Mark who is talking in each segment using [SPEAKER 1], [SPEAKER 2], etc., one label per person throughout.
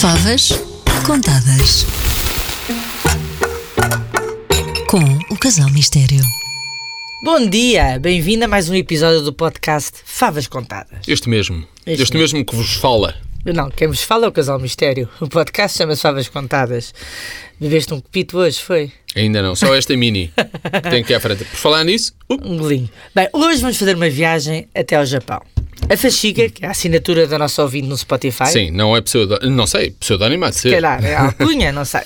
[SPEAKER 1] Favas contadas. Com o Casal Mistério.
[SPEAKER 2] Bom dia, bem-vindo a mais um episódio do podcast Favas Contadas.
[SPEAKER 3] Este mesmo.
[SPEAKER 2] Este
[SPEAKER 3] Este, mesmo que vos fala.
[SPEAKER 2] Não, quem vos fala é o Casal Mistério. O podcast chama-se Favas Contadas. Bebeste um copito hoje, foi?
[SPEAKER 3] Ainda não, só esta mini. que Tem que ir à frente. Por falar nisso, uh,
[SPEAKER 2] Um golinho. Bem, hoje vamos fazer uma viagem até ao Japão. A Fashiga, que é a assinatura da nossa ouvinte no Spotify.
[SPEAKER 3] sim, não é pseudónimo. Não sei, pseudónimo há de ser.
[SPEAKER 2] Se calhar, é a alcunha, não sei.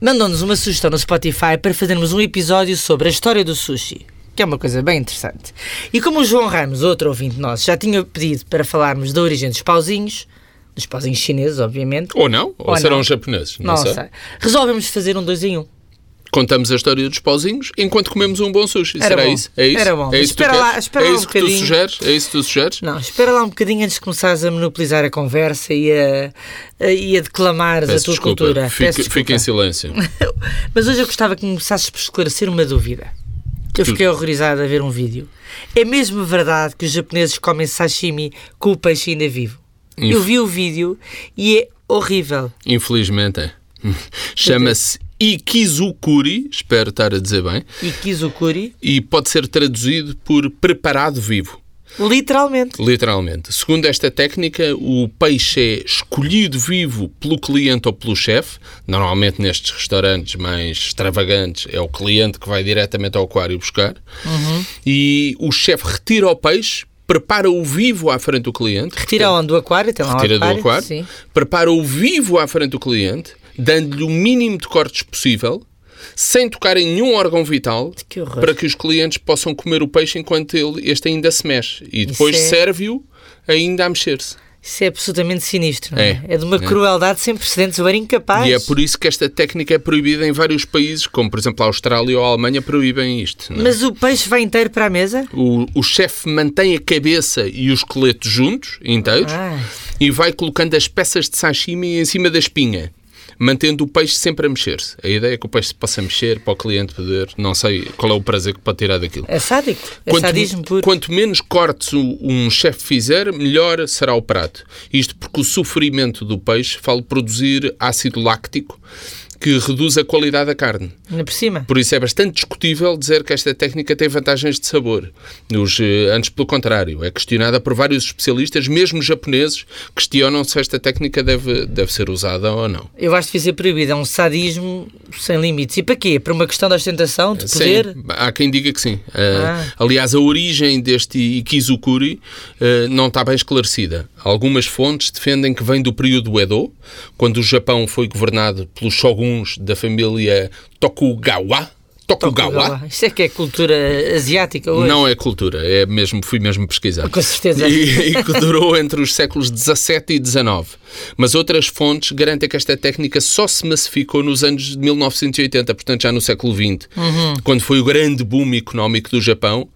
[SPEAKER 2] Mandou-nos uma sugestão no Spotify para fazermos um episódio sobre a história do sushi, que é uma coisa bem interessante. E como o João Ramos, outro ouvinte nosso, já tinha pedido para falarmos da origem dos pauzinhos, dos pauzinhos chineses, obviamente,
[SPEAKER 3] Ou não, ou,
[SPEAKER 2] Ou
[SPEAKER 3] serão
[SPEAKER 2] não.
[SPEAKER 3] japoneses. Não,
[SPEAKER 2] não
[SPEAKER 3] sei.
[SPEAKER 2] sei, resolvemos fazer um dois em um.
[SPEAKER 3] Contamos a história dos pauzinhos enquanto comemos um bom sushi.
[SPEAKER 2] Era
[SPEAKER 3] Será
[SPEAKER 2] bom.
[SPEAKER 3] isso? É isso?
[SPEAKER 2] Era bom.
[SPEAKER 3] É isso que tu
[SPEAKER 2] Espera lá-
[SPEAKER 3] queres?
[SPEAKER 2] espera
[SPEAKER 3] é
[SPEAKER 2] lá um
[SPEAKER 3] isso que tu
[SPEAKER 2] bocadinho.
[SPEAKER 3] sugeres? É isso que tu sugeres?
[SPEAKER 2] Não, espera lá um bocadinho antes de começares a monopolizar a conversa e a, a- e a declamares a
[SPEAKER 3] Peço
[SPEAKER 2] tua
[SPEAKER 3] desculpa.
[SPEAKER 2] cultura.
[SPEAKER 3] Fique,
[SPEAKER 2] Peço desculpa.
[SPEAKER 3] fique em silêncio.
[SPEAKER 2] Mas hoje eu gostava que me começasses por esclarecer uma dúvida. Eu
[SPEAKER 3] Tu-
[SPEAKER 2] fiquei horrorizada a ver um vídeo. É mesmo verdade que os japoneses comem sashimi com o peixe ainda vivo?
[SPEAKER 3] Inf-
[SPEAKER 2] Eu vi o vídeo e é horrível.
[SPEAKER 3] Infelizmente é. Chama-se Ikizukuri, espero estar a dizer bem,
[SPEAKER 2] E kizukuri,
[SPEAKER 3] e pode ser traduzido por preparado vivo.
[SPEAKER 2] literalmente.
[SPEAKER 3] Literalmente. Segundo esta técnica, o peixe é escolhido vivo pelo cliente ou pelo chefe. Normalmente nestes restaurantes mais extravagantes é o cliente que vai diretamente ao aquário buscar. E o chefe retira o peixe, prepara-o vivo à frente do cliente.
[SPEAKER 2] Retira onde? Do aquário? Tem lá um
[SPEAKER 3] Retira do
[SPEAKER 2] aquário?
[SPEAKER 3] aquário,
[SPEAKER 2] Sim.
[SPEAKER 3] prepara-o vivo à frente do cliente, dando-lhe o mínimo de cortes possível, sem tocar em nenhum órgão vital,
[SPEAKER 2] Que horror.
[SPEAKER 3] para que os clientes possam comer o peixe enquanto ele, este ainda se mexe. E depois
[SPEAKER 2] é-
[SPEAKER 3] serve-o ainda a mexer-se.
[SPEAKER 2] Isso é absolutamente sinistro, não é?
[SPEAKER 3] É.
[SPEAKER 2] É, de uma
[SPEAKER 3] É.
[SPEAKER 2] crueldade sem precedentes. Eu era incapaz.
[SPEAKER 3] E é por isso que esta técnica é proibida em vários países, como por exemplo a Austrália ou a Alemanha proíbem isto. não é?
[SPEAKER 2] Mas o peixe vai inteiro para a mesa?
[SPEAKER 3] O, o chefe mantém a cabeça e o esqueleto juntos, inteiros,
[SPEAKER 2] Ah.
[SPEAKER 3] e vai colocando as peças de sashimi em cima da espinha, mantendo o peixe sempre a mexer-se. A ideia é que o peixe se possa mexer para o cliente poder, não sei qual é o prazer que pode tirar daquilo.
[SPEAKER 2] É sádico. É sadismo puro.
[SPEAKER 3] quanto menos cortes o- um chefe fizer, melhor será o prato. Isto porque o sofrimento do peixe faz produzir ácido láctico que reduz a qualidade da carne.
[SPEAKER 2] Ainda por cima.
[SPEAKER 3] Por isso é bastante discutível dizer que esta técnica tem vantagens de sabor. Nos, eh, antes, pelo contrário, é questionada por vários especialistas, mesmo japoneses, questionam se esta técnica deve, deve ser usada ou não.
[SPEAKER 2] Eu acho que devia ser proibido. É um sadismo sem limites. E para quê? Para uma questão de ostentação, de poder?
[SPEAKER 3] Sim, há quem diga que sim. Eh, Aliás, a origem deste Ikizukuri eh, não está bem esclarecida. Algumas fontes defendem que vem do período Edo, quando o Japão foi governado pelos shoguns da família Tokugawa. Tokugawa.
[SPEAKER 2] Isto é que é cultura asiática hoje.
[SPEAKER 3] Não é cultura, é mesmo, fui mesmo pesquisar.
[SPEAKER 2] Com certeza.
[SPEAKER 3] E, e que durou entre os séculos XVII e XIX. Mas outras fontes garantem que esta técnica só se massificou nos anos de 1980, portanto já no século XX,
[SPEAKER 2] Uhum.
[SPEAKER 3] quando foi o grande boom económico do Japão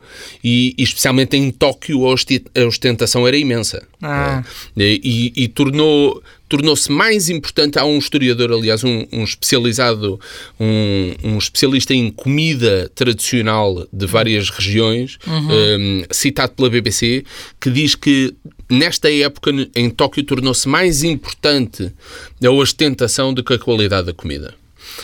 [SPEAKER 3] e, e especialmente em Tóquio a osti- a ostentação era imensa.
[SPEAKER 2] Ah.
[SPEAKER 3] Eh, E, e tornou tornou-se mais importante há um historiador aliás um, um especializado um, um especialista em comida tradicional de várias regiões eh, citado pela BBC que diz que nesta época n- em Tóquio tornou-se mais importante a ostentação do que a qualidade da comida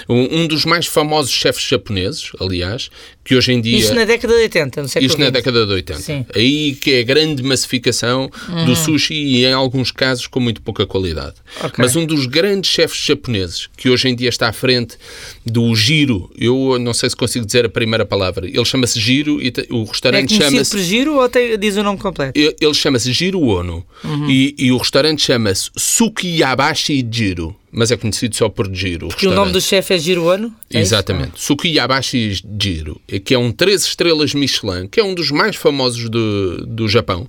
[SPEAKER 3] um, um dos mais famosos chefes japoneses aliás que hoje em dia
[SPEAKER 2] Isto na década de 80, não sei
[SPEAKER 3] eh, isto na década de 80.
[SPEAKER 2] É Sim. Uhum.
[SPEAKER 3] Aí que é a grande massificação do sushi e em alguns casos com muito pouca qualidade.
[SPEAKER 2] Ok.
[SPEAKER 3] Mas um dos grandes chefes japoneses que hoje em dia está à frente do Giro, eu não sei se consigo dizer a primeira palavra, ele chama-se Giro e te- o
[SPEAKER 2] É
[SPEAKER 3] restaurante
[SPEAKER 2] conhecido
[SPEAKER 3] chama-se
[SPEAKER 2] por giro ou tem- diz o nome completo?
[SPEAKER 3] ele ele chama-se Giro Ono
[SPEAKER 2] Uhum.
[SPEAKER 3] e, e o restaurante chama-se Sukiyabashi Giro, mas é conhecido só por
[SPEAKER 2] E
[SPEAKER 3] Giro.
[SPEAKER 2] o nome
[SPEAKER 3] restaurante.
[SPEAKER 2] do chefe é Giro Ano? É isso?
[SPEAKER 3] Exatamente. Sukiyabashi Jiro, que é um 3 estrelas Michelin, que é um dos mais famosos do, do Japão,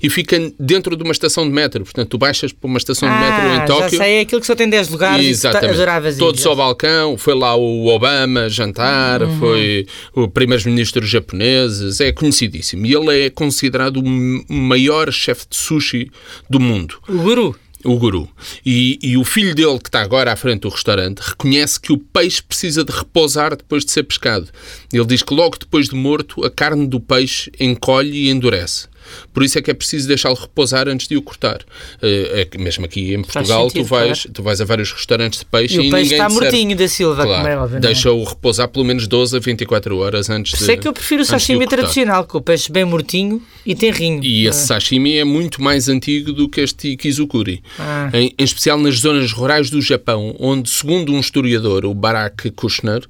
[SPEAKER 3] e fica dentro de uma estação de metro. Portanto, tu baixas para uma estação de Um metro
[SPEAKER 2] Ah,
[SPEAKER 3] em
[SPEAKER 2] já
[SPEAKER 3] Tóquio.
[SPEAKER 2] sei, é aquilo que só tem 10 lugares e que tu adoravas ir.
[SPEAKER 3] Todos ao balcão, foi lá o Obama jantar,
[SPEAKER 2] Uhum.
[SPEAKER 3] foi o primeiro-ministro japoneses, é conhecidíssimo. E ele é considerado o m- maior chefe de sushi do mundo
[SPEAKER 2] O guru.
[SPEAKER 3] o guru. E, e o filho dele, que está agora à frente do restaurante, reconhece que o peixe precisa de repousar depois de ser pescado. Ele diz que logo depois de morto, a carne do peixe encolhe e endurece. Por isso é que é preciso deixá-lo repousar antes de o cortar. Eh, é que mesmo aqui em Portugal,
[SPEAKER 2] sentido,
[SPEAKER 3] tu, vais, tu vais a vários restaurantes de peixe
[SPEAKER 2] E
[SPEAKER 3] e,
[SPEAKER 2] o peixe
[SPEAKER 3] ninguém
[SPEAKER 2] está
[SPEAKER 3] te serve.
[SPEAKER 2] mortinho da Silva, como é
[SPEAKER 3] Claro,
[SPEAKER 2] óbvio. não é?
[SPEAKER 3] deixa-o repousar pelo menos 12 a 24 horas antes
[SPEAKER 2] Por
[SPEAKER 3] de.
[SPEAKER 2] isso é que eu prefiro o
[SPEAKER 3] antes de
[SPEAKER 2] sashimi
[SPEAKER 3] cortar.
[SPEAKER 2] tradicional, com o peixe bem mortinho e tem rinho.
[SPEAKER 3] E esse
[SPEAKER 2] Ah.
[SPEAKER 3] sashimi é muito mais antigo do que este kizukuri.
[SPEAKER 2] Ah.
[SPEAKER 3] Em, em especial nas zonas rurais do Japão, onde, segundo um historiador, o Barack Kushner,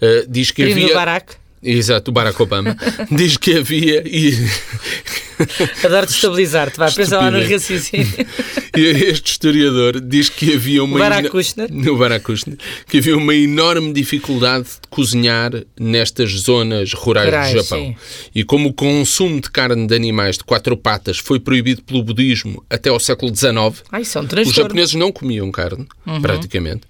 [SPEAKER 3] eh, diz que
[SPEAKER 2] Primo do
[SPEAKER 3] havia...
[SPEAKER 2] Barack.
[SPEAKER 3] Exato, o Barack Obama. diz que havia... E...
[SPEAKER 2] Adoro destabilizar-te, vai, pensa lá no
[SPEAKER 3] Estupidez.
[SPEAKER 2] raciocínio.
[SPEAKER 3] E Este historiador diz que havia uma.
[SPEAKER 2] Barack
[SPEAKER 3] ino-
[SPEAKER 2] Kushner.
[SPEAKER 3] No Barack Kushner, Que havia uma enorme dificuldade de cozinhar nestas zonas rurais
[SPEAKER 2] Rurais,
[SPEAKER 3] do Japão.
[SPEAKER 2] sim.
[SPEAKER 3] E como o consumo de carne de animais de quatro patas foi proibido pelo budismo até ao século XIX,
[SPEAKER 2] Ai, são
[SPEAKER 3] os
[SPEAKER 2] transtornos.
[SPEAKER 3] japoneses não comiam carne,
[SPEAKER 2] Uhum.
[SPEAKER 3] praticamente,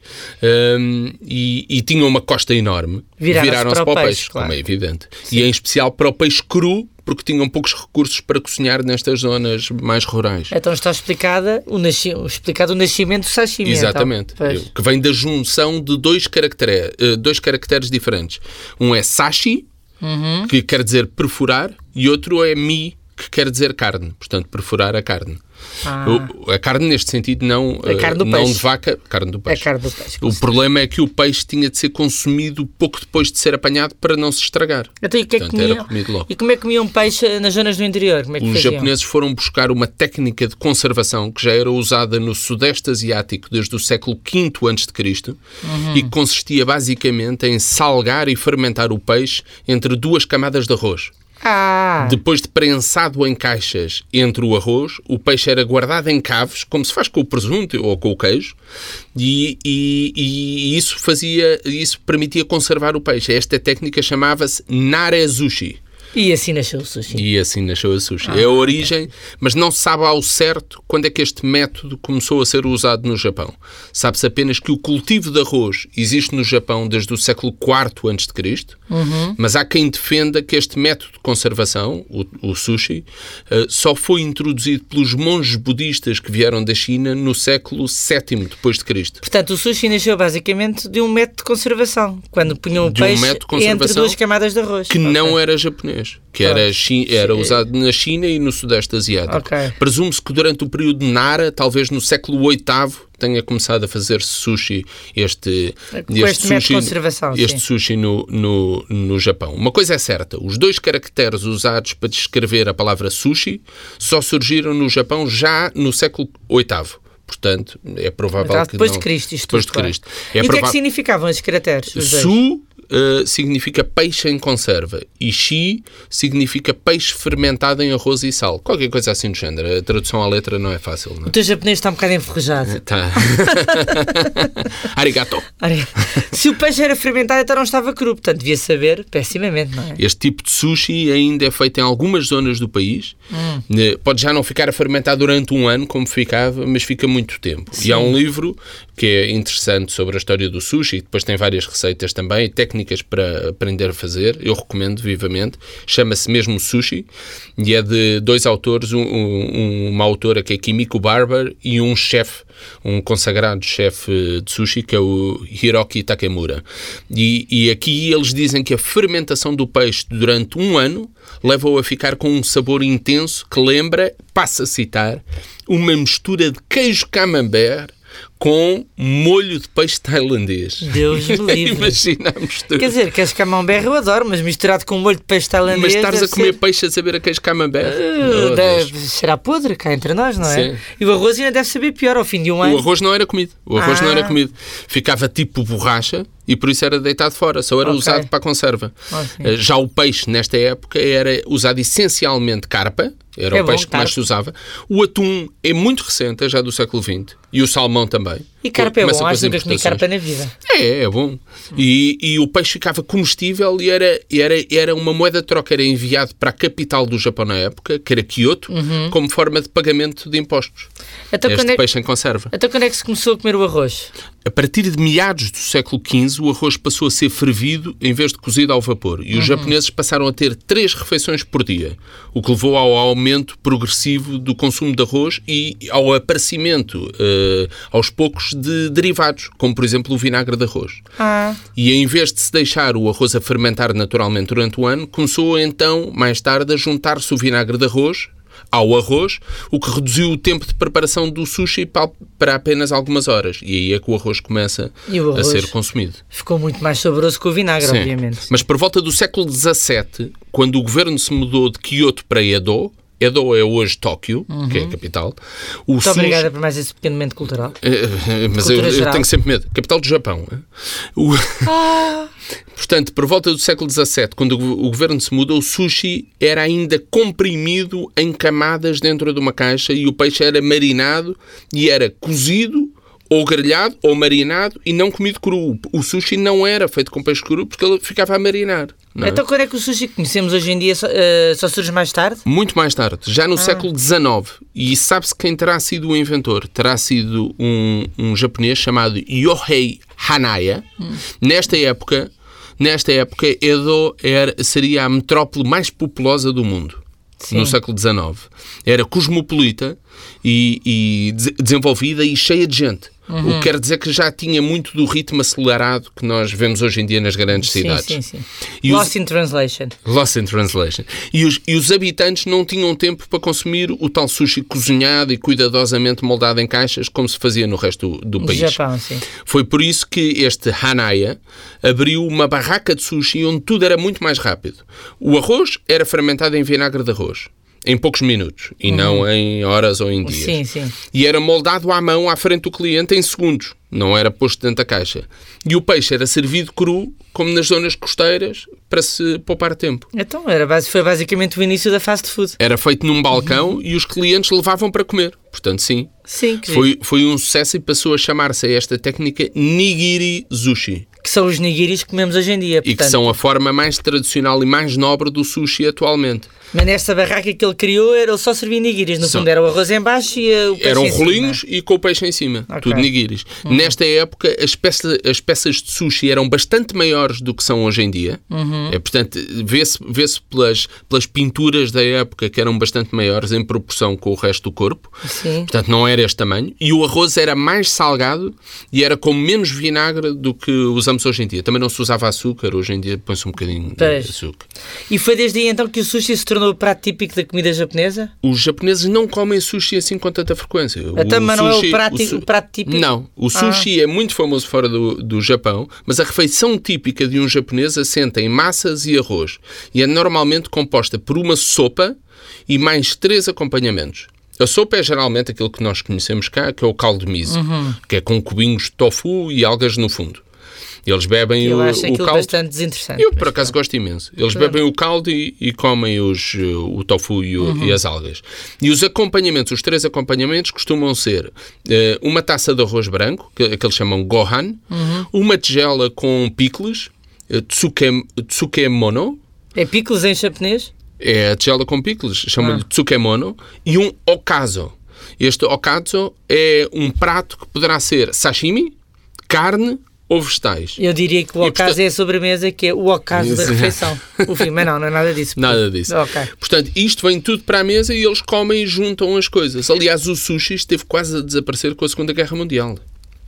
[SPEAKER 3] Hum, e, e tinham uma costa enorme.
[SPEAKER 2] Viraram-se para o peixe, claro.
[SPEAKER 3] como é evidente. E em especial para o peixe cru, porque tinham poucos recursos para cozinhar nestas zonas mais rurais.
[SPEAKER 2] Então está explicada o nasci- explicado o nascimento do sashimi. então.
[SPEAKER 3] Exatamente.
[SPEAKER 2] Pois.
[SPEAKER 3] Que vem da junção de dois, caractere- eh, dois caracteres diferentes. Um é sashi,
[SPEAKER 2] Uhum.
[SPEAKER 3] que quer dizer perfurar, e outro é mi, que quer dizer carne. Portanto, perfurar a carne. O- a carne, neste sentido, não,
[SPEAKER 2] A Ah.
[SPEAKER 3] eh,
[SPEAKER 2] É carne do
[SPEAKER 3] não
[SPEAKER 2] peixe. É
[SPEAKER 3] de vaca, carne do
[SPEAKER 2] A
[SPEAKER 3] peixe.
[SPEAKER 2] carne do peixe.
[SPEAKER 3] O problema é que o peixe tinha de ser consumido pouco depois de ser apanhado para não se estragar.
[SPEAKER 2] Então, e, o que é que
[SPEAKER 3] Portanto, era
[SPEAKER 2] comiam?
[SPEAKER 3] comido logo. Um
[SPEAKER 2] e como é que comiam peixe eh, nas zonas do interior? Como é que
[SPEAKER 3] Os
[SPEAKER 2] faziam?
[SPEAKER 3] japoneses foram buscar uma técnica de conservação que já era usada no Sudeste Asiático desde o século V a.C. e que consistia basicamente em salgar e fermentar o peixe entre duas camadas de arroz.
[SPEAKER 2] Ah,
[SPEAKER 3] Depois de prensado em caixas entre o arroz, o peixe era guardado em cavos, como se faz com o presunto ou com o queijo, e, e- e isso fazia, isso permitia conservar o peixe. Esta técnica chamava-se narezushi.
[SPEAKER 2] e assim nasceu o sushi.
[SPEAKER 3] E assim nasceu a sushi. é a origem, mas não se sabe ao certo quando é que este método começou a ser usado no Japão. Sabe-se apenas que o cultivo de arroz existe no Japão desde o século IV a.C., mas há quem defenda que este método de conservação, o, o sushi, eh, só foi introduzido pelos monges budistas que vieram da China no século VII depois de Cristo.
[SPEAKER 2] Portanto, o sushi nasceu basicamente de um método de conservação. Quando punham o
[SPEAKER 3] De um
[SPEAKER 2] peixe
[SPEAKER 3] método de
[SPEAKER 2] entre
[SPEAKER 3] conservação
[SPEAKER 2] duas camadas de arroz.
[SPEAKER 3] que não é- era japonês, que era, chi- era usado na China e no Sudeste Asiático.
[SPEAKER 2] Ok.
[SPEAKER 3] Presume-se que durante o período Nara, talvez no século VIII, tenha começado a fazer sushi este,
[SPEAKER 2] Com este método de conservação, sim.
[SPEAKER 3] este sushi no, no, no Japão. Uma coisa é certa, os dois caracteres usados para descrever a palavra sushi só surgiram no Japão já no século VIII. Portanto, é provável
[SPEAKER 2] Tá,
[SPEAKER 3] que
[SPEAKER 2] depois
[SPEAKER 3] não-
[SPEAKER 2] de Cristo, isto
[SPEAKER 3] depois
[SPEAKER 2] tudo,
[SPEAKER 3] de Cristo.
[SPEAKER 2] claro. e o que é que significavam esses caracteres? os dois?
[SPEAKER 3] Su eh, significa peixe em conserva e Shi significa peixe fermentado em arroz e sal. Qualquer coisa assim do género. A tradução à letra não é fácil, não
[SPEAKER 2] O teu japonês está um bocado enferrujado.
[SPEAKER 3] é? Tá. Arigato.
[SPEAKER 2] Olha, Se o peixe era fermentado, então não estava cru. Portanto, devia saber pessimamente, não é?
[SPEAKER 3] Este tipo de sushi ainda é feito em algumas zonas do país. Eh, Pode já não ficar a fermentar durante um ano, como ficava, mas fica muito tempo. E há um livro que é interessante sobre a história do sushi, depois tem várias receitas também, e técnicas para aprender a fazer. Eu recomendo vivamente. Chama-se mesmo Sushi e é de dois autores, um- um- uma autora que é Kimiko Barber e um chefe, um consagrado chefe de sushi, que é o Hiroki Takemura. E, e aqui eles dizem que a fermentação do peixe durante um ano leva-o a ficar com um sabor intenso que lembra, passo a citar, uma mistura de queijo camembert com molho de peixe tailandês.
[SPEAKER 2] Deus me livre.
[SPEAKER 3] Imagina a mistura.
[SPEAKER 2] Quer dizer, queijo camembert eu adoro, mas misturado com um molho de peixe tailandês...
[SPEAKER 3] mas estás a
[SPEAKER 2] deve
[SPEAKER 3] comer
[SPEAKER 2] ser-
[SPEAKER 3] peixe a saber a queijo camembert?
[SPEAKER 2] Uh,
[SPEAKER 3] Oh, Deus.
[SPEAKER 2] deve- Será podre cá entre nós, não é?
[SPEAKER 3] Sim.
[SPEAKER 2] E o arroz ainda deve saber pior ao fim de um
[SPEAKER 3] O
[SPEAKER 2] ano.
[SPEAKER 3] arroz não era comido. O arroz
[SPEAKER 2] Ah.
[SPEAKER 3] não era comido. Ficava tipo borracha e por isso era deitado fora. Só era
[SPEAKER 2] Ok.
[SPEAKER 3] usado para a conserva.
[SPEAKER 2] Ok.
[SPEAKER 3] Eh, Já o peixe, nesta época, era usado essencialmente carpa. Era
[SPEAKER 2] É
[SPEAKER 3] o
[SPEAKER 2] bom,
[SPEAKER 3] peixe que mais
[SPEAKER 2] carpa.
[SPEAKER 3] se usava. O atum é muito recente, é já do século XX. E o salmão também.
[SPEAKER 2] E carpa é
[SPEAKER 3] Começa
[SPEAKER 2] bom,
[SPEAKER 3] com as
[SPEAKER 2] acho que nunca comi
[SPEAKER 3] importações.
[SPEAKER 2] carpa na vida.
[SPEAKER 3] É, é bom. E, e o peixe ficava comestível e era, e era, era uma moeda de troca, era enviado para a capital do Japão na época, que era Kyoto, como forma de pagamento de impostos.
[SPEAKER 2] Uhum. Então, quando
[SPEAKER 3] este
[SPEAKER 2] é-
[SPEAKER 3] peixe em conserva.
[SPEAKER 2] Então quando é que se começou a comer o arroz?
[SPEAKER 3] A partir de meados do século XV, o arroz passou a ser fervido em vez de cozido ao vapor e os japoneses passaram a ter três refeições por dia, o que levou ao aumento progressivo do consumo de arroz e ao aparecimento, eh, aos poucos, de derivados, como por exemplo o vinagre de arroz.
[SPEAKER 2] Ah,
[SPEAKER 3] E em vez de se deixar o arroz a fermentar naturalmente durante o ano, começou então, mais tarde, a juntar-se o vinagre de arroz ao arroz, o que reduziu o tempo de preparação do sushi pa- para apenas algumas horas. E aí é que o arroz começa
[SPEAKER 2] E o
[SPEAKER 3] a
[SPEAKER 2] arroz?
[SPEAKER 3] ser consumido.
[SPEAKER 2] Ficou muito mais saboroso que o vinagre,
[SPEAKER 3] Sim.
[SPEAKER 2] obviamente.
[SPEAKER 3] Mas por volta do século XVII, quando o governo se mudou de Kyoto para Edo, Edo é hoje Tóquio, que é a capital, o
[SPEAKER 2] Uhum. Muito
[SPEAKER 3] sushi...
[SPEAKER 2] obrigada por mais esse pequeno momento cultural.
[SPEAKER 3] Eh, eh, Mas eu,
[SPEAKER 2] Cultura
[SPEAKER 3] eu
[SPEAKER 2] geral.
[SPEAKER 3] tenho sempre medo. Capital do Japão. eh? O-
[SPEAKER 2] Ah.
[SPEAKER 3] Portanto, por volta do século XVII, quando o go- o governo se mudou, o sushi era ainda comprimido em camadas dentro de uma caixa e o peixe era marinado e era cozido ou grelhado ou marinado e não comido cru. O sushi não era feito com peixe cru porque ele ficava a marinar. não é?
[SPEAKER 2] Então, quando é que o sushi que conhecemos hoje em dia só, eh, só surge mais tarde?
[SPEAKER 3] Muito mais tarde, já
[SPEAKER 2] Ah.
[SPEAKER 3] no século XIX, e sabe-se quem terá sido o inventor? Terá sido um, um japonês chamado Yohei Hanaya.
[SPEAKER 2] Hum.
[SPEAKER 3] Nesta época, nesta época, Edo era, seria a metrópole mais populosa do mundo. No século XIX. Era cosmopolita e, e de- desenvolvida e cheia de gente.
[SPEAKER 2] Uhum.
[SPEAKER 3] O que quer dizer que já tinha muito do ritmo acelerado que nós vemos hoje em dia nas grandes cidades.
[SPEAKER 2] Sim, sim, sim.
[SPEAKER 3] E os-
[SPEAKER 2] Lost in Translation.
[SPEAKER 3] Lost in Translation. E os, e os habitantes não tinham tempo para consumir o tal sushi cozinhado e cuidadosamente moldado em caixas, como se fazia no resto do, do
[SPEAKER 2] Do
[SPEAKER 3] país.
[SPEAKER 2] Japão, sim.
[SPEAKER 3] Foi por isso que este Hanaya abriu uma barraca de sushi onde tudo era muito mais rápido. O arroz era fermentado em vinagre de arroz, em poucos minutos, e não em horas ou em dias.
[SPEAKER 2] Uhum. Sim, sim.
[SPEAKER 3] E era moldado à mão à frente do cliente em segundos. Não era posto dentro da caixa. E o peixe era servido cru, como nas zonas costeiras, para se poupar tempo.
[SPEAKER 2] Então, era base, foi basicamente o início da fast food.
[SPEAKER 3] Era feito num balcão e os clientes levavam para comer. Portanto, sim.
[SPEAKER 2] Sim, que,
[SPEAKER 3] Foi, foi um sucesso e passou a chamar-se a esta técnica Nigiri Sushi.
[SPEAKER 2] que são os nigiris que comemos hoje em dia.
[SPEAKER 3] E que
[SPEAKER 2] portanto.
[SPEAKER 3] são a forma mais tradicional e mais nobre do sushi atualmente.
[SPEAKER 2] Mas nesta barraca que ele criou, era, ele só servia nigiris. No
[SPEAKER 3] São-
[SPEAKER 2] fundo, era o arroz em baixo e eh, o peixe
[SPEAKER 3] Eram
[SPEAKER 2] em cima.
[SPEAKER 3] rolinhos e com o peixe em cima.
[SPEAKER 2] Ok. Uhum.
[SPEAKER 3] Tudo nigiris. Nesta época, as, peça- as peças de sushi eram bastante maiores do que são hoje em dia.
[SPEAKER 2] Uhum.
[SPEAKER 3] É, portanto, vê-se vê pelas, pelas pinturas da época que eram bastante maiores em proporção com o resto do corpo.
[SPEAKER 2] Sim.
[SPEAKER 3] Portanto, não era este tamanho. E o arroz era mais salgado e era com menos vinagre do que usamos hoje em dia. Também não se usava açúcar. Hoje em dia põe-se um bocadinho
[SPEAKER 2] Pois.
[SPEAKER 3] de açúcar.
[SPEAKER 2] E foi desde aí então que o sushi se tornou o prato típico da comida japonesa?
[SPEAKER 3] Os japoneses não comem sushi assim com tanta frequência.
[SPEAKER 2] Então, mas não é o prato-
[SPEAKER 3] su-
[SPEAKER 2] o prato típico? Ah.
[SPEAKER 3] Não. O sushi é muito famoso fora do, do Japão, mas a refeição típica de um japonês assenta em massas e arroz e é normalmente composta por uma sopa e mais três acompanhamentos. A sopa é geralmente aquilo que nós conhecemos cá, que é o caldo miso,
[SPEAKER 2] Uhum.
[SPEAKER 3] que é com cubinhos de tofu e algas no fundo. Eles bebem
[SPEAKER 2] Eu
[SPEAKER 3] o,
[SPEAKER 2] acho
[SPEAKER 3] o
[SPEAKER 2] aquilo
[SPEAKER 3] caldo.
[SPEAKER 2] bastante desinteressante.
[SPEAKER 3] Eu, por acaso, gosto imenso. Eles bebem o caldo e, e comem os, eh, o tofu e, o- e as algas. E os acompanhamentos, os três acompanhamentos, costumam ser eh, uma taça de arroz branco, que, que eles chamam gohan, uma tigela com picles, eh, tsuke- tsukemono,
[SPEAKER 2] É picles em japonês?
[SPEAKER 3] é a tigela com picles, chamam-lhe tsukemono, e um okazo. Este okazo é um prato que poderá ser sashimi, carne ou vegetais.
[SPEAKER 2] Eu diria que o
[SPEAKER 3] E,
[SPEAKER 2] ocaso
[SPEAKER 3] portanto-
[SPEAKER 2] é a sobremesa, que é o ocaso da
[SPEAKER 3] Isso.
[SPEAKER 2] refeição. O fim, mas não, não é nada disso.
[SPEAKER 3] Nada disso.
[SPEAKER 2] Ok.
[SPEAKER 3] Portanto, isto vem tudo para a mesa e eles comem e juntam as coisas. Aliás, o sushi esteve quase a desaparecer com a Segunda Guerra Mundial.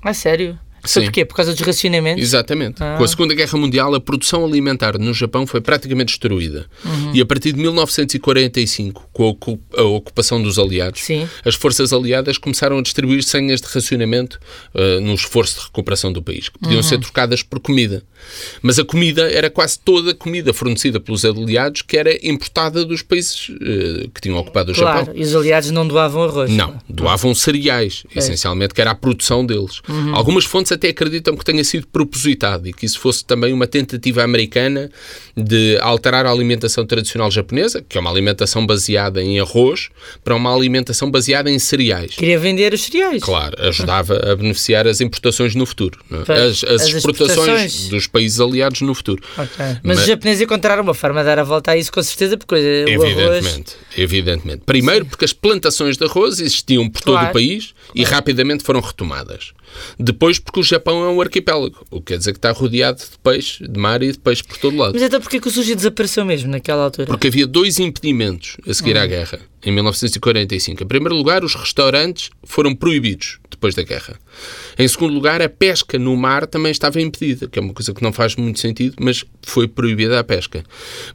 [SPEAKER 2] Ah, sério? Só
[SPEAKER 3] Sim.
[SPEAKER 2] porquê? Por causa dos racionamentos?
[SPEAKER 3] Exatamente.
[SPEAKER 2] Ah.
[SPEAKER 3] Com a Segunda Guerra Mundial, a produção alimentar no Japão foi praticamente destruída.
[SPEAKER 2] Uhum.
[SPEAKER 3] E a partir de 1945, com a ocu- a ocupação dos aliados,
[SPEAKER 2] Sim.
[SPEAKER 3] as forças aliadas começaram a distribuir senhas de racionamento ah, no esforço de recuperação do país, que
[SPEAKER 2] Uhum.
[SPEAKER 3] podiam ser trocadas por comida. Mas a comida era quase toda a comida fornecida pelos aliados que era importada dos países eh, que tinham ocupado o Japão.
[SPEAKER 2] Claro, e os aliados não doavam arroz.
[SPEAKER 3] Não, doavam cereais, essencialmente, que era a produção deles.
[SPEAKER 2] Uhum.
[SPEAKER 3] Algumas fontes até acreditam que tenha sido propositado e que isso fosse também uma tentativa americana de alterar a alimentação tradicional japonesa, que é uma alimentação baseada em arroz, para uma alimentação baseada em cereais.
[SPEAKER 2] Queria vender os cereais.
[SPEAKER 3] Claro, ajudava a beneficiar as importações no futuro, não é?
[SPEAKER 2] Pois,
[SPEAKER 3] as, as
[SPEAKER 2] as
[SPEAKER 3] exportações,
[SPEAKER 2] exportações.
[SPEAKER 3] dos países aliados no futuro.
[SPEAKER 2] Ok. Mas, os
[SPEAKER 3] Mas-
[SPEAKER 2] japoneses encontraram uma forma de dar a volta a isso, com certeza, porque eh, o arroz...
[SPEAKER 3] Evidentemente, evidentemente. Primeiro porque as plantações de arroz existiam por todo
[SPEAKER 2] Claro,
[SPEAKER 3] o país e rapidamente foram retomadas. Depois porque os Japão é um arquipélago, o que quer dizer que está rodeado de peixe, de mar e de peixe por todo lado.
[SPEAKER 2] Mas então porque é que o sushi desapareceu mesmo naquela altura?
[SPEAKER 3] Porque havia dois impedimentos a seguir à guerra, em 1945. Em primeiro lugar, os restaurantes foram proibidos depois da guerra. Em segundo lugar, a pesca no mar também estava impedida, que é uma coisa que não faz muito sentido, mas foi proibida a pesca.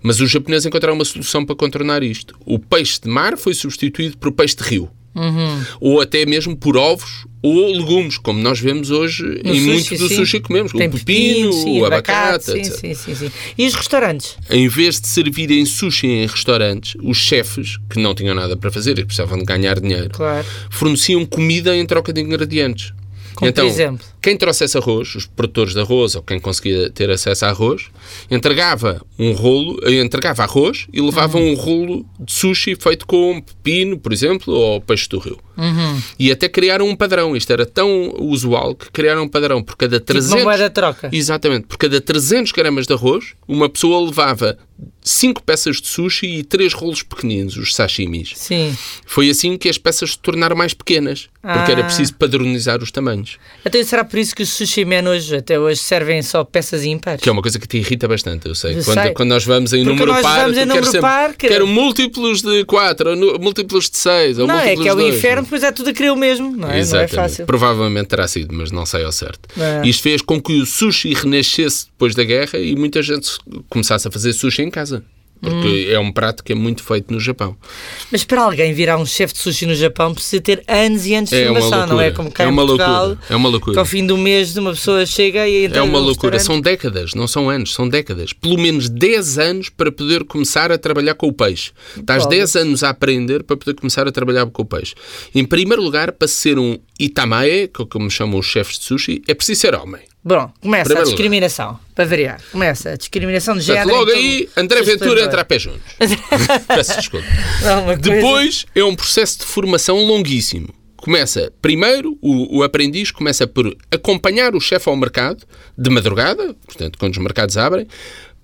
[SPEAKER 3] Mas os japoneses encontraram uma solução para contornar isto. O peixe de mar foi substituído por peixe de rio.
[SPEAKER 2] Uhum.
[SPEAKER 3] Ou até mesmo por ovos ou legumes, como nós vemos hoje
[SPEAKER 2] No
[SPEAKER 3] em
[SPEAKER 2] sushi,
[SPEAKER 3] muito do
[SPEAKER 2] sim.
[SPEAKER 3] sushi que comemos.
[SPEAKER 2] Tem
[SPEAKER 3] o pepino,
[SPEAKER 2] sim,
[SPEAKER 3] o abacate,
[SPEAKER 2] sim,
[SPEAKER 3] etc
[SPEAKER 2] sim, sim, sim. E os restaurantes?
[SPEAKER 3] em vez de servirem sushi em restaurantes, os chefes, que não tinham nada para fazer e que precisavam de ganhar dinheiro,
[SPEAKER 2] Claro.
[SPEAKER 3] forneciam comida em troca de ingredientes. Então,
[SPEAKER 2] Como por exemplo?
[SPEAKER 3] quem trouxesse arroz, os produtores de arroz ou quem conseguia ter acesso a arroz, entregava um rolo, eh, entregava arroz e levava
[SPEAKER 2] Uhum.
[SPEAKER 3] um rolo de sushi feito com um pepino, por exemplo, ou peixe do rio.
[SPEAKER 2] Uhum.
[SPEAKER 3] E até criaram um padrão. Isto era tão usual que criaram um padrão. Por cada 300...
[SPEAKER 2] Tipo moeda de troca.
[SPEAKER 3] Exatamente. Por cada 300 gramas de arroz, uma pessoa levava 5 peças de sushi e 3 rolos pequeninos, os sashimis.
[SPEAKER 2] Sim.
[SPEAKER 3] Foi assim que as peças se tornaram mais pequenas, porque era
[SPEAKER 2] Ah.
[SPEAKER 3] preciso padronizar os tamanhos,
[SPEAKER 2] Então será por isso que os sushi men hoje, até hoje, servem só peças ímpares?
[SPEAKER 3] que é uma coisa que te irrita bastante, eu sei.
[SPEAKER 2] Eu
[SPEAKER 3] quando,
[SPEAKER 2] sei.
[SPEAKER 3] quando nós vamos em
[SPEAKER 2] Porque
[SPEAKER 3] número
[SPEAKER 2] nós
[SPEAKER 3] par,
[SPEAKER 2] vamos
[SPEAKER 3] tu
[SPEAKER 2] em número
[SPEAKER 3] queres sempre-
[SPEAKER 2] par, que-
[SPEAKER 3] quero múltiplos de 4, ou nu- múltiplos de 6, ou
[SPEAKER 2] Não, é
[SPEAKER 3] múltiplos
[SPEAKER 2] que é
[SPEAKER 3] de
[SPEAKER 2] o
[SPEAKER 3] dois.
[SPEAKER 2] inferno, pois é tudo a querer o mesmo, não é?
[SPEAKER 3] Exatamente.
[SPEAKER 2] Não é fácil.
[SPEAKER 3] Provavelmente terá sido, mas não sei ao certo.
[SPEAKER 2] É.
[SPEAKER 3] Isto fez com que o sushi renascesse depois da guerra e muita gente começasse a fazer sushi em casa. Porque
[SPEAKER 2] Hum.
[SPEAKER 3] é um prato que é muito feito no Japão.
[SPEAKER 2] Mas para alguém virar um chefe de sushi no Japão precisa ter anos e anos de
[SPEAKER 3] É uma
[SPEAKER 2] formação, não é?
[SPEAKER 3] loucura.
[SPEAKER 2] Como cá
[SPEAKER 3] É
[SPEAKER 2] em
[SPEAKER 3] uma
[SPEAKER 2] Portugal,
[SPEAKER 3] loucura. É uma loucura.
[SPEAKER 2] Que ao fim do mês uma pessoa chega e entra
[SPEAKER 3] É uma
[SPEAKER 2] num
[SPEAKER 3] loucura.
[SPEAKER 2] restaurante.
[SPEAKER 3] São décadas, não são anos, são décadas. Pelo menos 10 anos para poder começar a trabalhar com o peixe. Estás
[SPEAKER 2] Claro.
[SPEAKER 3] 10 anos a aprender para poder começar a trabalhar com o peixe. Em primeiro lugar, para ser um itamae, que é como chamam os chefes de sushi, é preciso ser homem.
[SPEAKER 2] Bom, começa
[SPEAKER 3] Primeiro
[SPEAKER 2] a
[SPEAKER 3] lugar.
[SPEAKER 2] discriminação, para variar. Começa a discriminação de
[SPEAKER 3] Portanto,
[SPEAKER 2] género.
[SPEAKER 3] logo
[SPEAKER 2] em todo-
[SPEAKER 3] aí, André
[SPEAKER 2] todo
[SPEAKER 3] Ventura
[SPEAKER 2] esplendor.
[SPEAKER 3] entra a pé juntos. Peço desculpa.
[SPEAKER 2] Não, uma coisa-
[SPEAKER 3] Depois é um processo de formação longuíssimo. Começa, primeiro, o, o aprendiz começa por acompanhar o chefe ao mercado, de madrugada, portanto, quando os mercados abrem,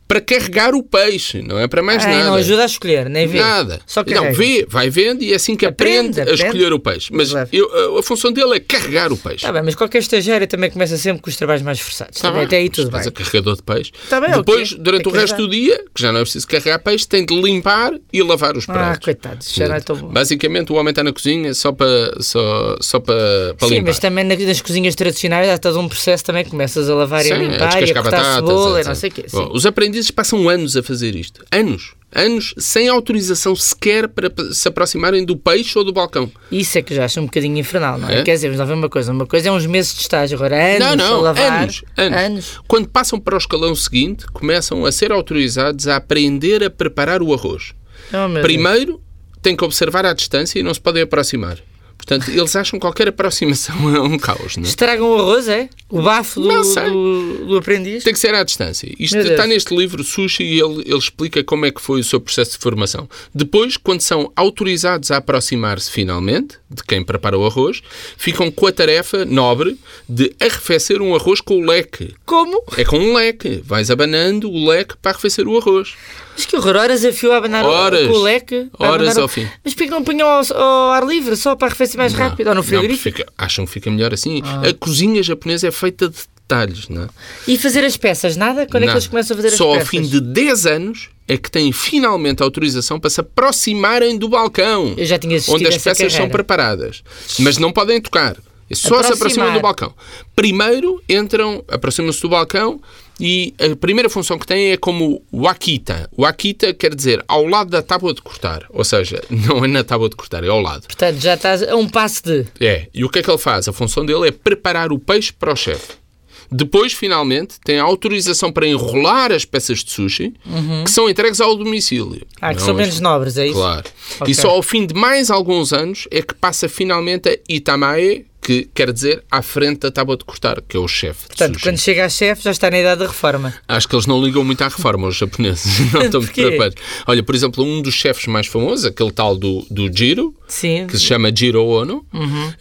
[SPEAKER 3] para carregar o peixe, não é para mais
[SPEAKER 2] Ai,
[SPEAKER 3] nada.
[SPEAKER 2] não ajuda a escolher, nem vê.
[SPEAKER 3] Nada.
[SPEAKER 2] Só que
[SPEAKER 3] não, vê, vai vendo e é assim que
[SPEAKER 2] Aprende,
[SPEAKER 3] aprende,
[SPEAKER 2] aprende.
[SPEAKER 3] a escolher o peixe. Mas
[SPEAKER 2] Claro.
[SPEAKER 3] eu- a, a função dele é carregar o peixe.
[SPEAKER 2] Tá bem, mas qualquer estagiário também começa sempre com os trabalhos mais forçados.
[SPEAKER 3] Tá
[SPEAKER 2] também,
[SPEAKER 3] bem,
[SPEAKER 2] até aí
[SPEAKER 3] mas
[SPEAKER 2] tudo bem.
[SPEAKER 3] estás a carregador de peixe.
[SPEAKER 2] Tá bem,
[SPEAKER 3] Depois,
[SPEAKER 2] ok.
[SPEAKER 3] durante
[SPEAKER 2] Tem
[SPEAKER 3] o
[SPEAKER 2] que
[SPEAKER 3] resto
[SPEAKER 2] ajudar.
[SPEAKER 3] do dia, que já não é preciso carregar peixe, tem de limpar e lavar os
[SPEAKER 2] Ah,
[SPEAKER 3] pratos.
[SPEAKER 2] coitados, já não é tão bom.
[SPEAKER 3] Basicamente, o homem está na cozinha só para só, só para, para
[SPEAKER 2] Sim,
[SPEAKER 3] limpar.
[SPEAKER 2] mas também na- nas cozinhas tradicionais há todo um processo também, começas a lavar e a
[SPEAKER 3] Sim, é
[SPEAKER 2] limpar e a
[SPEAKER 3] descascar
[SPEAKER 2] cortar
[SPEAKER 3] batatas,
[SPEAKER 2] cebola e
[SPEAKER 3] etc.
[SPEAKER 2] não sei o quê. sim.
[SPEAKER 3] Bom, os aprendizes passam anos a fazer isto. Anos. Anos sem autorização sequer para se aproximarem do peixe ou do balcão.
[SPEAKER 2] Isso é que eu já acho um bocadinho infernal, não é?
[SPEAKER 3] É?
[SPEAKER 2] Quer dizer, vamos lá ver uma coisa. Uma coisa é uns meses de estágio, agora anos
[SPEAKER 3] não, não.
[SPEAKER 2] a lavar.
[SPEAKER 3] Anos, anos. Quando passam para o escalão seguinte, começam a ser autorizados a aprender a preparar o arroz.
[SPEAKER 2] Oh, meu Deus.
[SPEAKER 3] Primeiro, têm que observar à distância e não se podem aproximar. Portanto, eles acham qualquer aproximação é um caos, não é?
[SPEAKER 2] Estragam o arroz, é? O bafo do,
[SPEAKER 3] Não sei.
[SPEAKER 2] do, do aprendiz?
[SPEAKER 3] Tem que ser à distância. Isto
[SPEAKER 2] Meu Deus.
[SPEAKER 3] está neste livro Sushi e ele, ele explica como é que foi o seu processo de formação. Depois, quando são autorizados a aproximar-se finalmente de quem prepara o arroz, ficam com a tarefa nobre de arrefecer um arroz com o leque.
[SPEAKER 2] Como?
[SPEAKER 3] É com um leque. Vais abanando o leque para arrefecer o arroz.
[SPEAKER 2] Mas que horror, horas a fio a abanar o-
[SPEAKER 3] Horas.
[SPEAKER 2] com o leque. a
[SPEAKER 3] Horas
[SPEAKER 2] abanar o-
[SPEAKER 3] ao fim.
[SPEAKER 2] Mas por que não punham ao, ao ar livre, só para arrefecer mais rápido? Ou no
[SPEAKER 3] Não,
[SPEAKER 2] frigorífico? Ah.
[SPEAKER 3] fica- acham que fica melhor assim. A cozinha japonesa é feita de detalhes, não é?
[SPEAKER 2] E fazer as peças, nada? Quando é que
[SPEAKER 3] Nada.
[SPEAKER 2] eles começam a fazer
[SPEAKER 3] Só
[SPEAKER 2] as
[SPEAKER 3] ao
[SPEAKER 2] peças?
[SPEAKER 3] fim de 10 anos é que têm finalmente autorização para se aproximarem do balcão.
[SPEAKER 2] Eu já tinha assistido
[SPEAKER 3] Onde as
[SPEAKER 2] essa
[SPEAKER 3] peças
[SPEAKER 2] carreira.
[SPEAKER 3] são preparadas. Mas não podem tocar. É Só
[SPEAKER 2] Aproximar.
[SPEAKER 3] se aproximam do balcão. Primeiro entram, aproximam-se do balcão e a primeira função que têm é como wakita. Wakita quer dizer ao lado da tábua de cortar. Ou seja, não é na tábua de cortar, é ao lado.
[SPEAKER 2] Portanto, já estás a um passo de.
[SPEAKER 3] É, e o que é que ele faz? A função dele é preparar o peixe para o chefe. Depois, finalmente, tem a autorização para enrolar as peças de sushi que são entregues ao domicílio.
[SPEAKER 2] Uhum. Ah, que
[SPEAKER 3] Não,
[SPEAKER 2] são
[SPEAKER 3] mas-
[SPEAKER 2] menos nobres, é isso?
[SPEAKER 3] Claro.
[SPEAKER 2] Ok.
[SPEAKER 3] E só ao fim de mais alguns anos é que passa finalmente a Itamae, que quer dizer à frente da tábua de cortar, que é o chefe de
[SPEAKER 2] Portanto,
[SPEAKER 3] sushi.
[SPEAKER 2] quando chega a chefe, já está na idade da reforma.
[SPEAKER 3] Acho que eles não ligam muito à reforma, os japoneses. Não estão muito
[SPEAKER 2] Porquê?
[SPEAKER 3] preocupados. Olha, por exemplo, um dos chefes mais famosos, aquele tal do, do Jiro,
[SPEAKER 2] Sim.
[SPEAKER 3] que se chama Jiro Ono,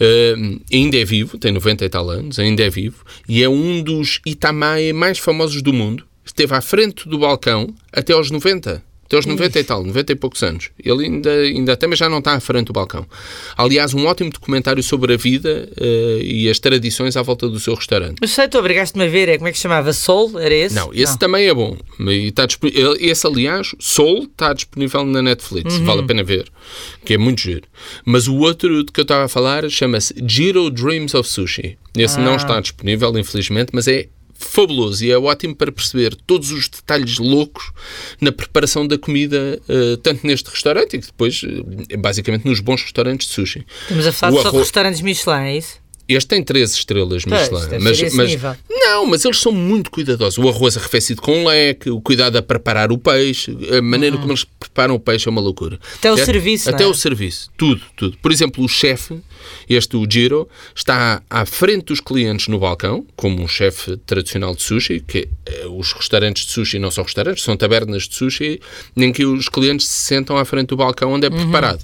[SPEAKER 3] eh, ainda é vivo, tem 90 e tal anos, ainda é vivo, e é um dos Itamae mais famosos do mundo. Esteve à frente do balcão até aos 90. Até aos 90 e tal, 90 e poucos anos. Ele ainda, ainda também já não está à frente do balcão. Aliás, um ótimo documentário sobre a vida eh, e as tradições à volta do seu restaurante.
[SPEAKER 2] Mas sei, tu obrigaste-me a ver, é como é que se chamava? Sol? Era esse?
[SPEAKER 3] Não, esse também é bom. E está dispo- ele- esse, aliás, Soul, está disponível na Netflix.
[SPEAKER 2] Uhum.
[SPEAKER 3] Vale a pena ver. Que é muito giro. Mas o outro de que eu estava a falar chama-se Giro Dreams of Sushi. Esse
[SPEAKER 2] Ah.
[SPEAKER 3] não está disponível, infelizmente, mas é fabuloso e é ótimo para perceber todos os detalhes loucos na preparação da comida, eh, tanto neste restaurante e que depois, eh, basicamente, nos bons restaurantes de sushi.
[SPEAKER 2] Estamos a falar
[SPEAKER 3] O
[SPEAKER 2] só de
[SPEAKER 3] arroz-
[SPEAKER 2] restaurantes Michelin, é isso?
[SPEAKER 3] este tem 13 estrelas
[SPEAKER 2] Pois,
[SPEAKER 3] Michelin.
[SPEAKER 2] deve
[SPEAKER 3] mas,
[SPEAKER 2] ser esse
[SPEAKER 3] mas-
[SPEAKER 2] nível.
[SPEAKER 3] Não, mas eles são muito cuidadosos. O arroz arrefecido com leque, o cuidado a preparar o peixe, a maneira como eles preparam o peixe é uma loucura.
[SPEAKER 2] Até o
[SPEAKER 3] Certo?
[SPEAKER 2] serviço, não
[SPEAKER 3] Até
[SPEAKER 2] é?
[SPEAKER 3] o serviço. Tudo, tudo. Por exemplo, o chefe, este, o Giro, está à frente dos clientes no balcão, como um chefe tradicional de sushi, que eh, os restaurantes de sushi não são restaurantes, são tabernas de sushi, em que os clientes se sentam à frente do balcão onde é
[SPEAKER 2] Uhum.
[SPEAKER 3] preparado.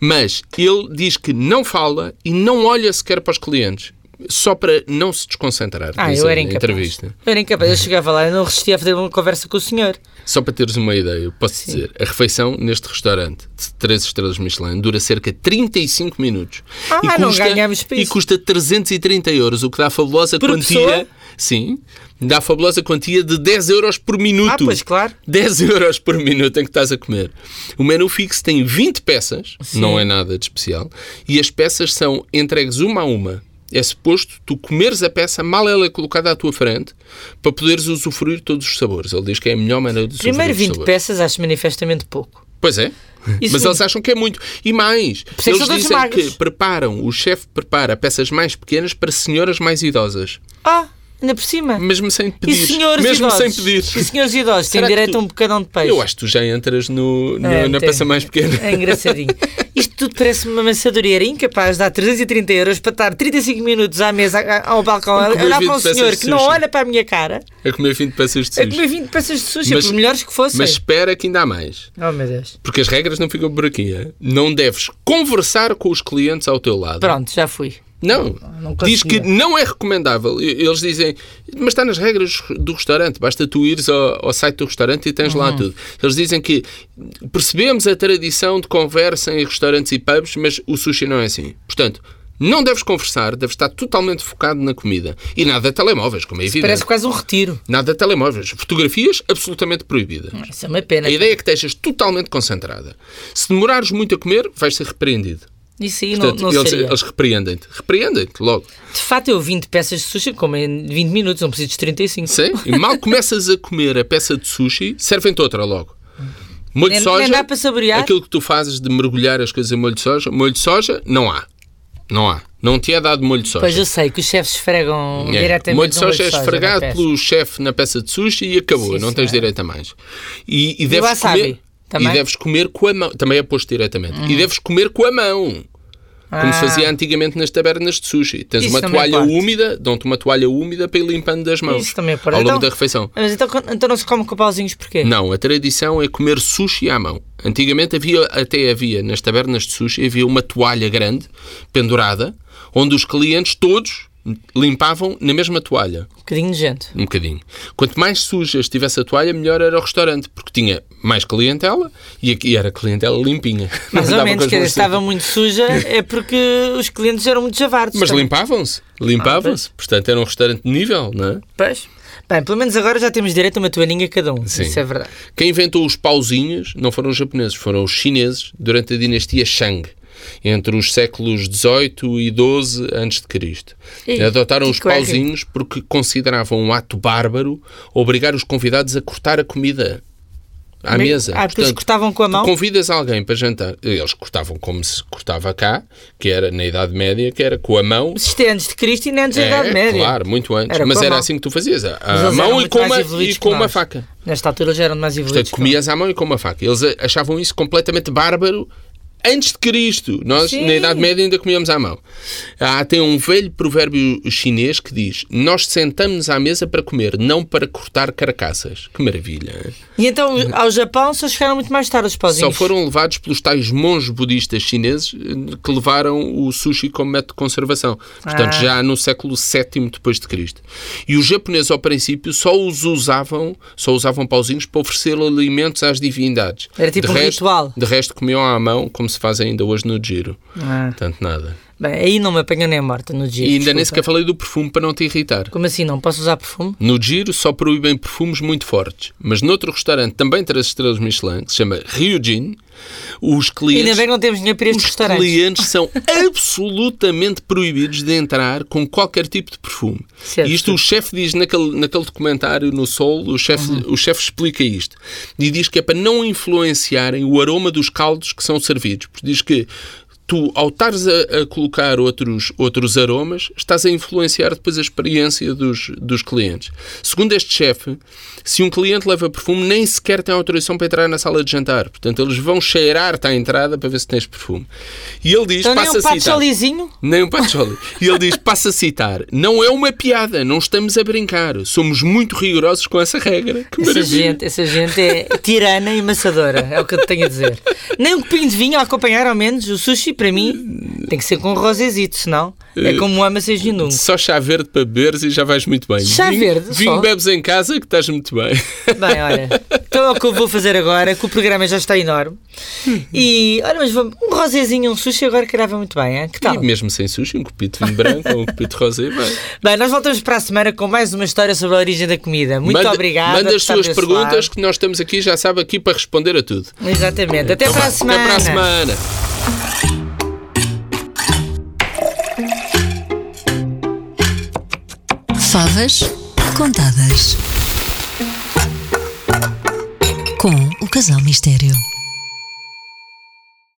[SPEAKER 3] Mas ele diz que não fala e não olha sequer para os clientes, só para não se desconcentrar.
[SPEAKER 2] Ah,
[SPEAKER 3] diz
[SPEAKER 2] eu
[SPEAKER 3] ele
[SPEAKER 2] era
[SPEAKER 3] na
[SPEAKER 2] incapaz.
[SPEAKER 3] é, entrevista.
[SPEAKER 2] Eu era incapaz. Eu chegava lá e não resistia a fazer uma conversa com o senhor.
[SPEAKER 3] Só para teres uma ideia, eu posso dizer, a refeição neste restaurante de 3 estrelas Michelin dura cerca de 35 minutos.
[SPEAKER 2] Ah, não ganhamos para
[SPEAKER 3] E
[SPEAKER 2] isso.
[SPEAKER 3] custa 330 euros, o que dá a fabulosa
[SPEAKER 2] Por
[SPEAKER 3] quantia...
[SPEAKER 2] pessoa?
[SPEAKER 3] Sim, dá a fabulosa quantia de 10 euros por minuto.
[SPEAKER 2] Ah, pois, claro.
[SPEAKER 3] 10 euros por minuto em que estás a comer. O menu fixo tem 20 peças, não é nada de especial, e as peças são entregues uma a uma. É suposto tu comeres a peça mal ela é colocada à tua frente para poderes usufruir todos os sabores. Ele diz que é a melhor maneira de usufruir
[SPEAKER 2] Primeiro
[SPEAKER 3] dos
[SPEAKER 2] 20
[SPEAKER 3] sabores.
[SPEAKER 2] peças acho manifestamente pouco.
[SPEAKER 3] Pois é.
[SPEAKER 2] Isso
[SPEAKER 3] Mas
[SPEAKER 2] sim. é
[SPEAKER 3] eles acham que é muito. E mais,
[SPEAKER 2] que
[SPEAKER 3] eles
[SPEAKER 2] são todos
[SPEAKER 3] dizem
[SPEAKER 2] magros.
[SPEAKER 3] que preparam, o chefe prepara peças mais pequenas para senhoras mais idosas.
[SPEAKER 2] Ah, ainda por cima.
[SPEAKER 3] Mesmo sem
[SPEAKER 2] E
[SPEAKER 3] pedir.
[SPEAKER 2] senhores
[SPEAKER 3] mesmo
[SPEAKER 2] idosos?
[SPEAKER 3] sem pedir.
[SPEAKER 2] E senhores idosos têm
[SPEAKER 3] Será que
[SPEAKER 2] direito
[SPEAKER 3] tu-
[SPEAKER 2] a um bocadão de peixe.
[SPEAKER 3] Eu acho que tu já entras no, no-
[SPEAKER 2] É,
[SPEAKER 3] na
[SPEAKER 2] entendo.
[SPEAKER 3] peça mais pequena.
[SPEAKER 2] É engraçadinho. Isto tudo parece uma maçadoria. Era incapaz de dar 330 euros para estar 35 minutos à mesa, a- ao balcão, a
[SPEAKER 3] comer
[SPEAKER 2] olhar
[SPEAKER 3] 20
[SPEAKER 2] para um
[SPEAKER 3] peças
[SPEAKER 2] senhor
[SPEAKER 3] de
[SPEAKER 2] que não
[SPEAKER 3] sushi.
[SPEAKER 2] olha para a minha cara,
[SPEAKER 3] a É comer 20 peças de
[SPEAKER 2] a
[SPEAKER 3] sushi.
[SPEAKER 2] É comer 20 peças de sushi, é
[SPEAKER 3] Mas-
[SPEAKER 2] por melhores que fossem.
[SPEAKER 3] Mas espera que ainda há mais.
[SPEAKER 2] Oh, meu Deus.
[SPEAKER 3] Porque as regras não ficam por aqui. é? Não deves conversar com os clientes ao teu lado.
[SPEAKER 2] Pronto, já fui.
[SPEAKER 3] Não.
[SPEAKER 2] não
[SPEAKER 3] Diz que
[SPEAKER 2] conseguia.
[SPEAKER 3] não é recomendável. E- Eles dizem, mas está nas regras do restaurante. Basta tu ires ao, ao site do restaurante e tens lá
[SPEAKER 2] Uhum.
[SPEAKER 3] tudo. Eles dizem que percebemos a tradição de conversa em restaurantes e pubs, mas o sushi não é assim. Portanto. Não deves conversar, deves estar totalmente focado na comida. E nada de telemóveis, como é evidente.
[SPEAKER 2] Parece quase um retiro.
[SPEAKER 3] Nada de telemóveis. Fotografias absolutamente proibidas.
[SPEAKER 2] Isso é uma pena.
[SPEAKER 3] A ideia é que estejas totalmente concentrada. Se demorares muito a comer, vais ser repreendido.
[SPEAKER 2] Isso aí
[SPEAKER 3] Portanto,
[SPEAKER 2] não, não
[SPEAKER 3] eles,
[SPEAKER 2] seria.
[SPEAKER 3] eles repreendem-te. Repreendem-te logo.
[SPEAKER 2] De fato, eu 20 peças de sushi, como em 20 minutos, não preciso de 35.
[SPEAKER 3] Sim? E mal começas a comer a peça de sushi, servem-te outra logo. Molho
[SPEAKER 2] Nem-
[SPEAKER 3] de soja.
[SPEAKER 2] nem dá para saborear?
[SPEAKER 3] Aquilo que tu fazes de mergulhar as coisas em molho de soja. Molho de soja, não há. Não há. Não te é dado molho de soja.
[SPEAKER 2] Pois eu sei que os chefes esfregam
[SPEAKER 3] É.
[SPEAKER 2] diretamente.
[SPEAKER 3] molho de
[SPEAKER 2] no
[SPEAKER 3] soja é
[SPEAKER 2] na
[SPEAKER 3] esfregado
[SPEAKER 2] peça.
[SPEAKER 3] pelo chefe na peça de sushi e acabou,
[SPEAKER 2] Sim,
[SPEAKER 3] não tens
[SPEAKER 2] senhora.
[SPEAKER 3] direito a mais. E, e deves
[SPEAKER 2] wasabi
[SPEAKER 3] comer,
[SPEAKER 2] também? Hum.
[SPEAKER 3] e deves comer com a mão, também é posto diretamente. E deves comer com a mão. Como se
[SPEAKER 2] Ah.
[SPEAKER 3] fazia antigamente nas tabernas de sushi. Tens
[SPEAKER 2] Isso
[SPEAKER 3] uma
[SPEAKER 2] também
[SPEAKER 3] toalha
[SPEAKER 2] parte.
[SPEAKER 3] úmida, dão-te uma toalha úmida para ir limpando das mãos
[SPEAKER 2] Isso também é
[SPEAKER 3] ao
[SPEAKER 2] parte.
[SPEAKER 3] longo
[SPEAKER 2] Então-
[SPEAKER 3] da refeição.
[SPEAKER 2] Mas então, então não se come com pauzinhos porquê?
[SPEAKER 3] Não, a tradição é comer sushi à mão. Antigamente havia, até havia, nas tabernas de sushi, havia uma toalha grande, pendurada, onde os clientes todos limpavam na mesma toalha.
[SPEAKER 2] Um bocadinho nojento.
[SPEAKER 3] Um bocadinho. Quanto mais suja estivesse a toalha, melhor era o restaurante, porque tinha mais clientela e aqui era clientela limpinha. Não
[SPEAKER 2] Mais ou
[SPEAKER 3] dava
[SPEAKER 2] menos,
[SPEAKER 3] coisa
[SPEAKER 2] quer dizer,
[SPEAKER 3] assim.
[SPEAKER 2] estava muito suja, é porque os clientes eram muito javardos.
[SPEAKER 3] Mas
[SPEAKER 2] também.
[SPEAKER 3] limpavam-se,
[SPEAKER 2] Ah,
[SPEAKER 3] limpavam-se. Portanto, era um restaurante de nível, não é?
[SPEAKER 2] Pois. Bem, pelo menos agora já temos direito a uma toalhinha cada um.
[SPEAKER 3] Sim.
[SPEAKER 2] Isso é verdade.
[SPEAKER 3] Quem inventou os pauzinhos não foram os japoneses, foram os chineses durante a dinastia Shang, entre os séculos 18 e 12 antes de Cristo.
[SPEAKER 2] Ih,
[SPEAKER 3] Adotaram
[SPEAKER 2] que
[SPEAKER 3] os
[SPEAKER 2] coerre.
[SPEAKER 3] pauzinhos porque consideravam um ato bárbaro obrigar os convidados a cortar a comida à
[SPEAKER 2] Mas-
[SPEAKER 3] mesa.
[SPEAKER 2] Ah, porque eles
[SPEAKER 3] Portanto,
[SPEAKER 2] cortavam com a mão?
[SPEAKER 3] Tu convidas alguém para jantar, eles cortavam como se cortava cá, que era na Idade Média, que era com a mão.
[SPEAKER 2] Mas Isto é antes de Cristo e nem antes da
[SPEAKER 3] É,
[SPEAKER 2] Idade Média.
[SPEAKER 3] Claro, muito antes.
[SPEAKER 2] Era
[SPEAKER 3] mas
[SPEAKER 2] com a
[SPEAKER 3] era
[SPEAKER 2] mão.
[SPEAKER 3] assim que tu fazias, à-
[SPEAKER 2] Mas
[SPEAKER 3] à
[SPEAKER 2] eles eram
[SPEAKER 3] mão e
[SPEAKER 2] muito
[SPEAKER 3] com
[SPEAKER 2] mais
[SPEAKER 3] uma, e
[SPEAKER 2] evoluídos
[SPEAKER 3] com
[SPEAKER 2] que
[SPEAKER 3] uma
[SPEAKER 2] nós.
[SPEAKER 3] faca.
[SPEAKER 2] Nesta altura eles eram mais evoluídos.
[SPEAKER 3] Portanto,
[SPEAKER 2] que nós.
[SPEAKER 3] comias à mão e com uma faca. Eles a- achavam isso completamente bárbaro antes de Cristo. Nós,
[SPEAKER 2] Sim.
[SPEAKER 3] na Idade Média, ainda comíamos à mão. Há até um velho provérbio chinês que diz: Nós sentamos-nos à mesa para comer, não para cortar carcaças. Que maravilha. hein?
[SPEAKER 2] E então ao Japão só chegaram muito mais tarde os
[SPEAKER 3] Só
[SPEAKER 2] pauzinhos.
[SPEAKER 3] foram levados pelos tais monges budistas chineses eh, que levaram o sushi como método de conservação. Portanto,
[SPEAKER 2] Ah.
[SPEAKER 3] já no século VII depois de Cristo. E os japoneses, ao princípio, só os usavam, só usavam pauzinhos para oferecer alimentos às divindades.
[SPEAKER 2] Era tipo
[SPEAKER 3] De
[SPEAKER 2] um
[SPEAKER 3] resto-
[SPEAKER 2] ritual.
[SPEAKER 3] De resto, comiam à mão, como se faz ainda hoje no giro.
[SPEAKER 2] Ah.
[SPEAKER 3] Portanto, nada.
[SPEAKER 2] Bem, aí não me apanhou nem morta no dia.
[SPEAKER 3] E ainda nem
[SPEAKER 2] desculpa.
[SPEAKER 3] sequer falei do perfume para não te irritar.
[SPEAKER 2] Como assim? Não posso usar perfume?
[SPEAKER 3] No giro só proíbem perfumes muito fortes, mas noutro restaurante também três estrelas Michelin, que se chama Ryujin, os clientes
[SPEAKER 2] Ainda bem que não temos dinheiro para estes
[SPEAKER 3] os
[SPEAKER 2] restaurantes.
[SPEAKER 3] clientes são absolutamente proibidos de entrar com qualquer tipo de perfume.
[SPEAKER 2] Certo.
[SPEAKER 3] E isto o chefe diz naquele, naquele documentário no Sol, o chefe
[SPEAKER 2] Uhum.
[SPEAKER 3] o chefe explica isto. E diz que é para não influenciarem o aroma dos caldos que são servidos. Porque diz que tu, ao estares a, a colocar outros, outros aromas, estás a influenciar depois a experiência dos, dos clientes. Segundo este chefe, se um cliente leva perfume, nem sequer tem autorização para entrar na sala de jantar. Portanto, eles vão cheirar-te à entrada para ver se tens perfume. E ele diz,
[SPEAKER 2] Então nem
[SPEAKER 3] passa
[SPEAKER 2] um
[SPEAKER 3] a
[SPEAKER 2] pato
[SPEAKER 3] citar...
[SPEAKER 2] cholizinho?
[SPEAKER 3] Nem um patchouli. E ele diz, passa a citar, não é uma piada, não estamos a brincar, somos muito rigorosos com essa regra. Que
[SPEAKER 2] Essa
[SPEAKER 3] maravilha.
[SPEAKER 2] gente, essa gente é tirana e maçadora, é o que eu te tenho a dizer. Nem um copinho de vinho a acompanhar, ao menos. O sushi, para mim, tem que ser com rosezito, senão é
[SPEAKER 3] Eh,
[SPEAKER 2] como ama seja inungo.
[SPEAKER 3] Só chá verde para beberes e já vais muito bem.
[SPEAKER 2] Chá
[SPEAKER 3] vinho,
[SPEAKER 2] verde,
[SPEAKER 3] Vinho
[SPEAKER 2] só?
[SPEAKER 3] bebes em casa que estás muito bem.
[SPEAKER 2] Bem, olha, então é o que eu vou fazer agora, que o programa já está enorme. E, olha, mas vamos, um rosezinho, um sushi, agora calhava muito bem, hein? que tal?
[SPEAKER 3] E mesmo sem sushi, um copito de vinho branco ou um copito de rosé, vai.
[SPEAKER 2] Bem, nós voltamos para a semana com mais uma história sobre a origem da comida. Muito
[SPEAKER 3] Manda-
[SPEAKER 2] obrigada.
[SPEAKER 3] Manda
[SPEAKER 2] por
[SPEAKER 3] as
[SPEAKER 2] estar
[SPEAKER 3] suas
[SPEAKER 2] desse
[SPEAKER 3] perguntas
[SPEAKER 2] lado.
[SPEAKER 3] que nós estamos aqui, já sabe, aqui para responder a tudo.
[SPEAKER 2] Exatamente. Até, para a
[SPEAKER 3] Então Até para a semana.
[SPEAKER 1] Favas contadas. Com o Casal Mistério.